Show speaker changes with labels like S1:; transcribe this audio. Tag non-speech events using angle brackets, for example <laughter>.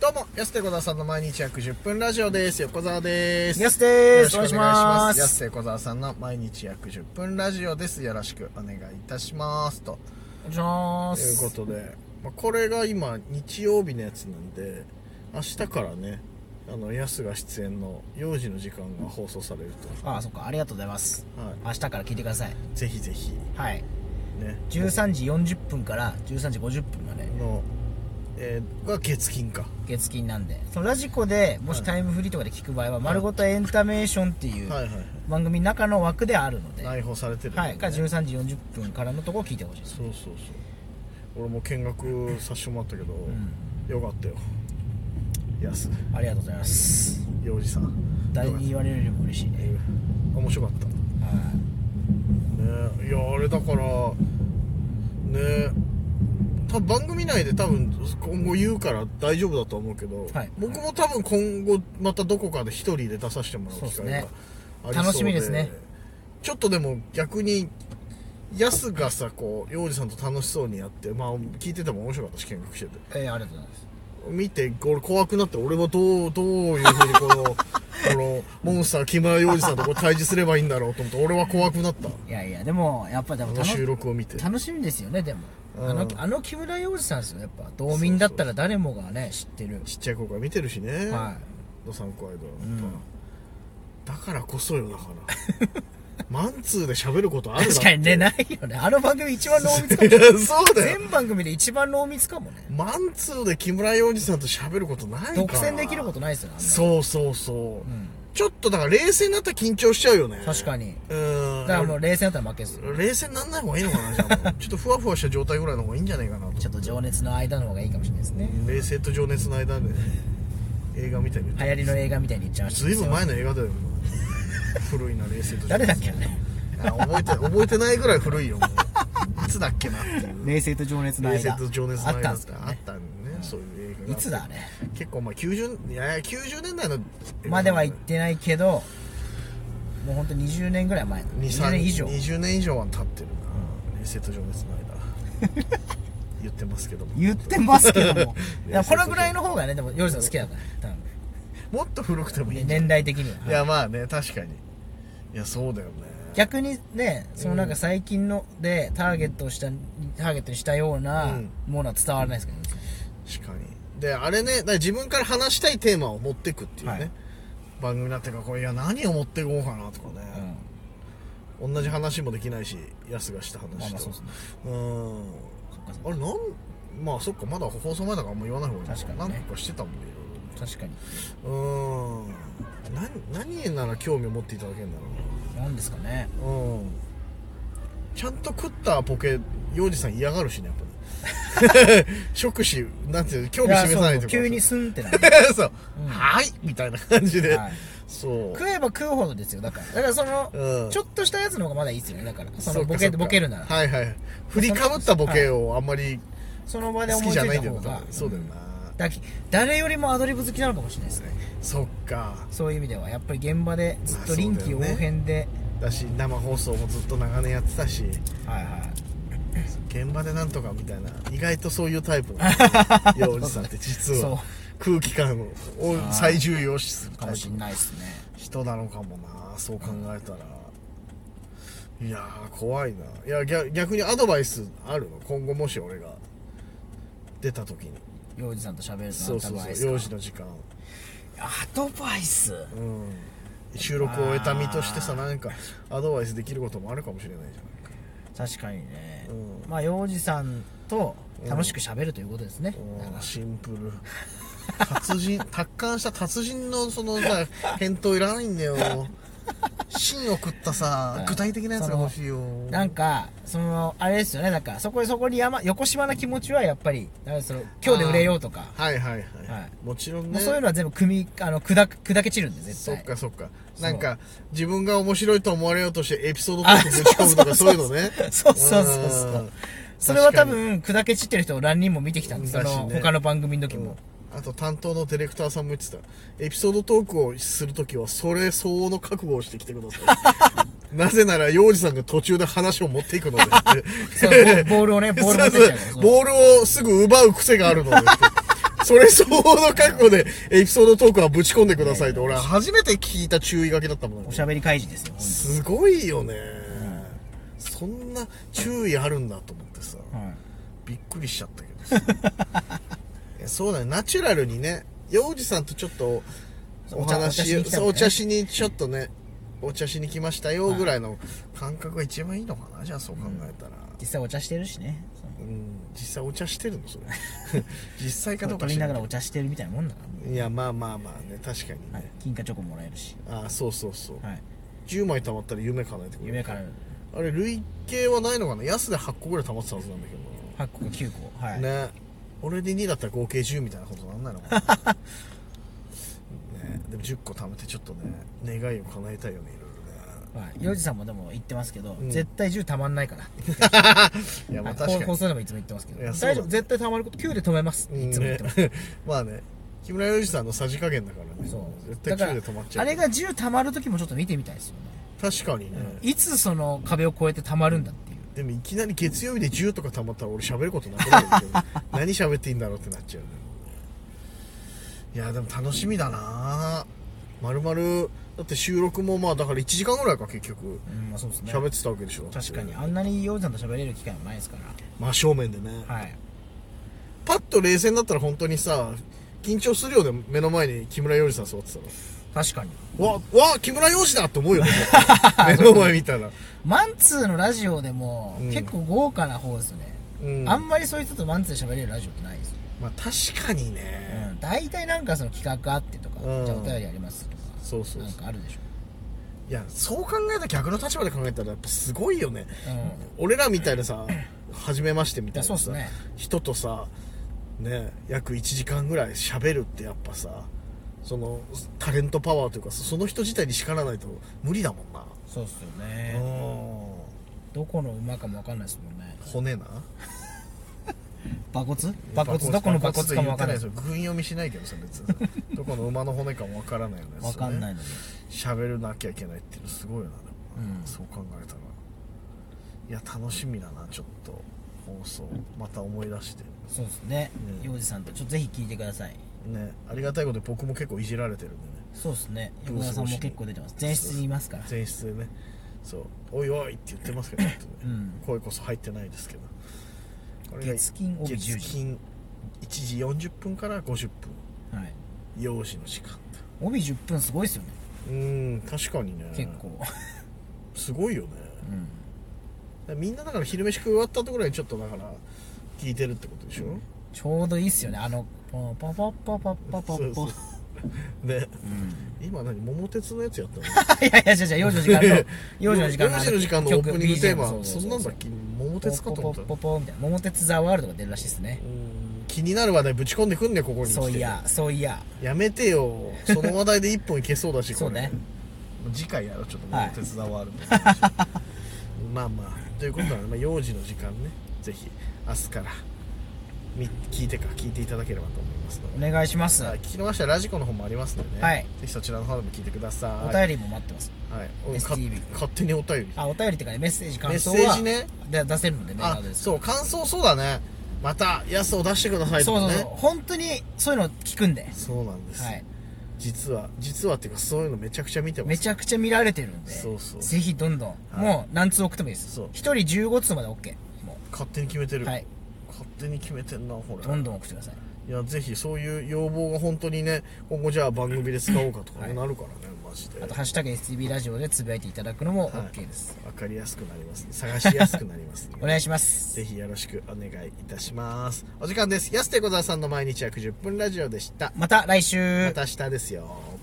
S1: どうも、安手小沢さんの毎日約10分ラジオです。横澤です。
S2: やすで
S1: よろ
S2: す。
S1: し
S2: お
S1: くお願い
S2: 願いし
S1: し
S2: ま
S1: ます。安
S2: す。
S1: 手小沢さんの毎日約10分ラジオです。よろしくお願いいたします。と
S2: お願いしま
S1: いうこ
S2: す。
S1: とで、まあ、これが今、日曜日のやつなんで、明日からね、あの、安が出演の幼児の時間が放送されると。
S2: ああ、そっか。ありがとうございます。
S1: は
S2: 明日から聞いてください。
S1: い。ぜひぜひ、
S2: はい。
S1: ね。
S2: 13時40分から13時50分まで
S1: の、えーが月金か。
S2: 月金なんで。そのラジコで、もしタイムフリーとかで聞く場合は、丸ごとエンタメーションっていう
S1: はいはいはい。
S2: 番組の中の枠であるので、は
S1: 内包されてるんだね、
S2: い。から13時40分からのとこを聞いてほしいです。
S1: そうそうそう俺も見学させてもらったけど、よかったよ安
S2: ありがとうございます。
S1: 洋二さん
S2: 誰
S1: よかっ
S2: に言われるよりも嬉しいね。
S1: た面白かった
S2: はい
S1: ねいやあれだからね多分番組内で多分今後言うから大丈夫だと思うけど、
S2: はい
S1: 僕も多分今後またどこかで一人で出させてもらう機
S2: そう
S1: 会
S2: で
S1: があり
S2: すね
S1: そうで
S2: 楽しみですね
S1: ちょっとでも逆にヤスがさこう洋二さんと楽しそうにやってまあ聞いてても面白かったし見学してて
S2: えーありがとうございます。
S1: 見て俺怖くなって俺はどうどういうふうにこの
S2: <laughs>
S1: このモンスター木村洋二さんとこう対峙すればいいんだろうと思って俺は怖くなった
S2: いやいや、でも、やっぱで
S1: あ
S2: も
S1: の
S2: 楽し
S1: 収録を見て
S2: 楽しみですよねでも、
S1: うん
S2: あのあの木村洋二さんですよやっぱ道民だったら誰もがね知ってる
S1: ちっちゃい子から見てるしね、
S2: は
S1: ドサンコアイドルやっ
S2: ん
S1: ぱだからこそよだから
S2: <laughs>
S1: マンツーで喋ることある
S2: 確かにね
S1: なっ
S2: ないよねあの番組一番濃密か
S1: て
S2: も
S1: いや <laughs> そうだよ
S2: 全番組で一番濃密かもね
S1: マンツーで木村洋二さんと喋ることないから
S2: 独占できることないですよねあんな
S1: そうそうそう、
S2: ん
S1: ちょっとだから冷静になったら緊張しちゃうよね
S2: 確かに
S1: うん
S2: だからもう冷静だったら負けですよ
S1: 冷静になんない方がいいのかなじゃ
S2: <laughs>
S1: あもうちょっとふわふわした状態ぐらいの方がいいんじゃないかなと
S2: ちょっと情熱の間の方がいいかもしれないですね
S1: 冷静と情熱の間で映画みたいに言っ
S2: 流
S1: て
S2: 行りの映画みたいに言っちゃいました
S1: ずいぶん前の映画だよ古いな冷静と情熱
S2: 誰だっけね
S1: あ覚えて覚えてないぐらい古いよもういつだっけなって
S2: <laughs>
S1: いう
S2: 冷静と情熱の
S1: 冷
S2: 間
S1: 静と情熱の
S2: あっ
S1: 間
S2: たん
S1: っ
S2: す
S1: て
S2: か
S1: あっ
S2: ね
S1: たんねそういう映画が
S2: いつだあれ
S1: 結構まあ90いやいや90年代の映画
S2: までは行ってないけどもうほんと20年ぐらい前
S1: 二
S2: 20
S1: 三
S2: 年以上
S1: 20年以上は経ってるな冷静と情熱の間
S2: <laughs>
S1: 言ってますけども
S2: 言ってますけども
S1: <laughs> いや
S2: いやこのぐらいの方がねでもヨルさん好きだから多分
S1: もっと古くてもいいんじゃない
S2: 年代的にはい
S1: やまあね確かにいやそうだよね
S2: 逆にねそのなんか最近のでターゲットをしたターゲットにしたような
S1: うん
S2: ものは伝わらないですけどね
S1: 確かにであれねだから自分から話したいテーマを持ってくっていうね、
S2: はい
S1: 番組になってるからこれいや何を持っていこうかなとかね、同じ話もできないしやすがした話と、
S2: まあまあそうですね
S1: うん
S2: そっかそっ
S1: あれなんまあそっかまだ放送前だからあんま言わない方がいいの
S2: 確かにね
S1: 何個かしてたもんねい
S2: 確かに
S1: ろいろねうんな何なら興味を持っていただけるんだろうな
S2: 何ですかね
S1: うんちゃんと食ったポケ洋二さん嫌がるしねやっぱ
S2: <laughs>
S1: り触手なんていうの興味
S2: いや
S1: 示
S2: そ
S1: さな
S2: う
S1: い
S2: そ
S1: と
S2: う
S1: か
S2: 急にスンってなる
S1: <laughs> そう、
S2: うん
S1: はいみたいな感じで、
S2: はい
S1: そう
S2: 食えば食うほどですよだからだからその、
S1: うん
S2: ちょっとしたやつの方がまだいいですよねだからそ
S1: そっ
S2: の
S1: か
S2: ボケ
S1: そっか
S2: ボケるなら、
S1: はいはい振りかぶったボケをあんまり
S2: その場で
S1: 好
S2: 思
S1: き
S2: いつ
S1: じゃ
S2: い
S1: ない
S2: た
S1: んだよな
S2: 方が
S1: そうだよ
S2: ん
S1: な、
S2: だき誰よりもアドリブ好きなのかもしれないですね
S1: そっか
S2: そういう意味ではやっぱり現場でずっ
S1: まあ
S2: と
S1: そ
S2: 臨
S1: うだ
S2: 機
S1: よ
S2: 応
S1: ね
S2: 変で、
S1: だし生放送もずっと長年やってたし
S2: はいはい
S1: 現場でなんとかみたいな意外とそういうタイ
S2: <laughs>
S1: プの洋二さんって実
S2: そう
S1: は空気感を最重要視する
S2: か
S1: タイ
S2: も
S1: プ
S2: しんないですね
S1: 人なのかもなそう考えたら、いやー怖いないや逆逆にアドバイスあるの今後もし俺が出た時に
S2: 幼児さんと喋ると
S1: そうそう
S2: アドバイ
S1: そ
S2: ス
S1: う
S2: か
S1: 幼児の時間
S2: アドバイス
S1: うん収録を終えた身としてさなんかアドバイスできることもあるかもしれないじ
S2: 確かにね、
S1: う
S2: まあ幼児さんと楽しく喋るということですね、
S1: ゃない
S2: だか
S1: うん
S2: ら
S1: シンプル達人 <laughs> 達観した達人のそのさ返答いらないんだよ芯を食ったさ具体的なやつが欲しいよ
S2: なんかそのあれですよねだからそこそこに山横島な気持ちはやっぱりなんかその今日で売れようとか、
S1: はいはいはい、
S2: はい
S1: もちろん
S2: も
S1: ね
S2: うそういうのは全部組みあの砕く砕け散るんで絶
S1: そ
S2: 対
S1: っかそっか
S2: そう
S1: なんか自分が面白いと思われようとしてエピソードトークぶち込むとかそういうのね
S2: そうそうそうそ
S1: うん
S2: うそれは多分砕け散ってる人を何人も見てきたんですそ
S1: だし
S2: の
S1: ね
S2: 他の番組の時も、
S1: あと担当のディレクターさんも言ってたエピソードトークをするときはそれ相応の覚悟をしてきてくださ
S2: <laughs>
S1: いなぜなら洋二さんが途中で話を持っていくのでって
S2: そうボボールをねボール持ってっちゃうから
S1: <laughs> そう
S2: そ
S1: そううボールをすぐ奪う癖があるのでってそれ相応の覚悟でエピソードトークはぶち込んでくださいって、俺は初めて聞いた注意書きだったもん
S2: おしゃべり開示ですよ、
S1: すごいよね、そんな注意あるんだと思ってさ、
S2: はい、
S1: びっくりしちゃったけどさ <laughs> いやそうだねナチュラルにね洋治さんとちょっとお話
S2: お話しに来た
S1: そう
S2: の
S1: お
S2: ね
S1: 茶しにちょっとねお茶しに来ましたよぐらいの感覚が一番いいのかなじゃあそう考えたら、
S2: 実際お茶してるしね
S1: うん、実際お茶してるのそれ
S2: <laughs>
S1: 実際かどうか
S2: 取
S1: 知
S2: り
S1: ら
S2: な
S1: な
S2: が
S1: い
S2: らお茶してるみたいなもんだから
S1: いやまあまあまあね確かに
S2: はい
S1: ね、、
S2: 金貨チョコもらえるし、
S1: ああそうそうそう、
S2: はい、
S1: 10枚貯まったら夢叶えてくれる
S2: 夢から
S1: あれ累計はないのかな安で8個ぐらい貯まってたはずなんだけど
S2: 8個9個はい、
S1: な、ね俺で2だったら合計10みたいなことなんないのかな
S2: <laughs>
S1: ねでも10個貯めてちょっとね願いを叶えたいよねいろ
S2: はい、洋治さんもでも言ってますけど、
S1: ん
S2: 絶対10たまんないからって
S1: いろねいやまあ
S2: はい
S1: 確か
S2: 放
S1: に
S2: 送でもいつも言ってますけ
S1: いや
S2: ど
S1: そうだ
S2: 大丈夫絶対たまること9で止めます
S1: うん
S2: いつも言ってます、
S1: ね <laughs> まあね木村洋二さんのさじ加減だからね
S2: そう
S1: 絶対
S2: だ
S1: 9で
S2: か
S1: 止まっち
S2: ら
S1: ゃう
S2: あれが10たまる時もちょっと見てみたいですよね、
S1: 確かにね、
S2: いつその壁を越えてたまるんだっていう
S1: でもいきなり月曜日で10とか貯まったら俺喋ることなくなるけど <laughs> 何喋っていいんだろうってなっちゃうねいやでも楽しみだなまるまるだって収録もまあだから1時間ぐらいか結局
S2: うんまあそうですね
S1: 喋ってたわけでしょ、
S2: 確かにあんなに洋治さんと喋れる機会もないですか
S1: 真正面でね、
S2: らはい
S1: パッと冷静になったら本当にさ緊張するよね目の前に木村洋二さん座ってた
S2: 確かに
S1: らわわ木村洋二だって思う
S2: <laughs>
S1: よね目の前見たら
S2: マンツーのラジオでも、
S1: うん
S2: 結構豪華な方ですよね、
S1: うん
S2: あんまりそういう人とマンツーで喋れるラジオってないですよ
S1: まあ確かにね、
S2: うん大体なんかその企画あってとか、
S1: うん
S2: じゃあお便りありますとか
S1: そうそうそう
S2: なんかあるでしょ、
S1: いやそう考えたら逆の立場で考えたらやっぱすごいよね
S2: うん
S1: 俺らみたいなさ初めましてみたいなさ
S2: いやそうっすね
S1: 人とさね約1時間ぐらい喋るってやっぱさそのタレントパワーというかその人自体に叱らないと無理だもんな、
S2: そうっすよ
S1: う
S2: ね
S1: ん
S2: どこの馬かもわかんないですもんね
S1: 骨な
S2: 馬骨馬骨どこの馬骨かもわかんない
S1: 馬骨って言ってないで
S2: です
S1: すよ軍読みしないけどさ別にどこの馬の骨かもわからないよね
S2: わかんないいので
S1: 喋るなきゃいけないっていうのすごいよなでもな
S2: うん
S1: そう考えたらいや楽しみだなちょっと放送また思い出して
S2: そうですね
S1: うん
S2: 洋治、さんとちょっとぜひ聞いてください
S1: ねありがたいことで僕も結構いじられてるんでね
S2: そうですね
S1: どう
S2: 横
S1: 過
S2: 田
S1: ごし
S2: さんも結構出てます前室にいますから
S1: 前室でねそう「おいおい」って言ってますけど、ちょっとね
S2: うん
S1: 声こそ入ってないですけどこが
S2: 月金帯10時
S1: 月金1時40分から50分
S2: はい
S1: 用紙の時間
S2: 帯10分すごいですよね
S1: うーん確かにね
S2: 結構、
S1: すごいよね
S2: うん
S1: みんなだから昼飯食い終わったところにちょっとだから聞いてるってことでしょ、
S2: ちょうどいいっすよねあのポパパパパパパ
S1: そう
S2: <laughs>
S1: そ
S2: ポ
S1: うね、今何桃鉄のやつ
S2: <laughs>
S1: やったの
S2: いやいやいやいや幼女の時間
S1: <laughs>
S2: の幼女の時間
S1: 幼児の時間のオープニングテーマそんなんだっ
S2: け
S1: け桃鉄かと思った
S2: ポポポポみたいな桃鉄ザワールドが出るらしいですね
S1: うーん気になる話題ぶち込んでくんねここに来て
S2: そういやそういや
S1: やめてよその話題で一本いけそうだし
S2: <laughs> そうね
S1: これ次回やろうちょっと
S2: はい
S1: 桃鉄伝わるの話 <laughs> まあまあということなので、まあ、幼児の時間ねぜひ明日からみ聞いてか聞いていただければと思いますので
S2: お願いします
S1: はい、聞き逃したラジコの方もありますのでね、
S2: はい
S1: ぜひそちらの方でも聞いてくださ
S2: お
S1: い。
S2: 便りも待ってます
S1: はい、うんか
S2: STV
S1: 勝手にお便り。
S2: あお便りっていうかねメッセージ感想は
S1: メッセージね
S2: で出せるのでメー
S1: あ
S2: ル、です
S1: そう、感想そうだね。また、やすを出してくださいと
S2: そう
S1: か
S2: そう
S1: ね。
S2: そう本当にそういうの聞くんで
S1: そうなんです、
S2: はい
S1: 実は、実はっていうか、そういうのめちゃくちゃ見てます。
S2: めちゃくちゃ見られてるんで
S1: そうそう
S2: ぜひどんどん
S1: はい
S2: もう何通送ってもいいです
S1: そう
S2: 1人15通まで OK も
S1: 勝手に決めて
S2: う
S1: る。
S2: はい
S1: 勝手に決めてんな、ほら。
S2: どんどん送ってください
S1: いや、ぜひ、そういう要望が本当にね、今後じゃあ番組で使おうかとかね、なるからね、マジで。
S2: あと「ハッシュタグ #STV ラジオ」でつぶやいていただくのも
S1: はい
S2: OK です、。
S1: わかりやすくなります、ね。探しやすくなります、ね
S2: <laughs> お願いします
S1: ぜひよろしくお願いいたします。お時間です。安手小沢さんの毎日約10分ラジオでした。
S2: また来週
S1: また明日ですよ。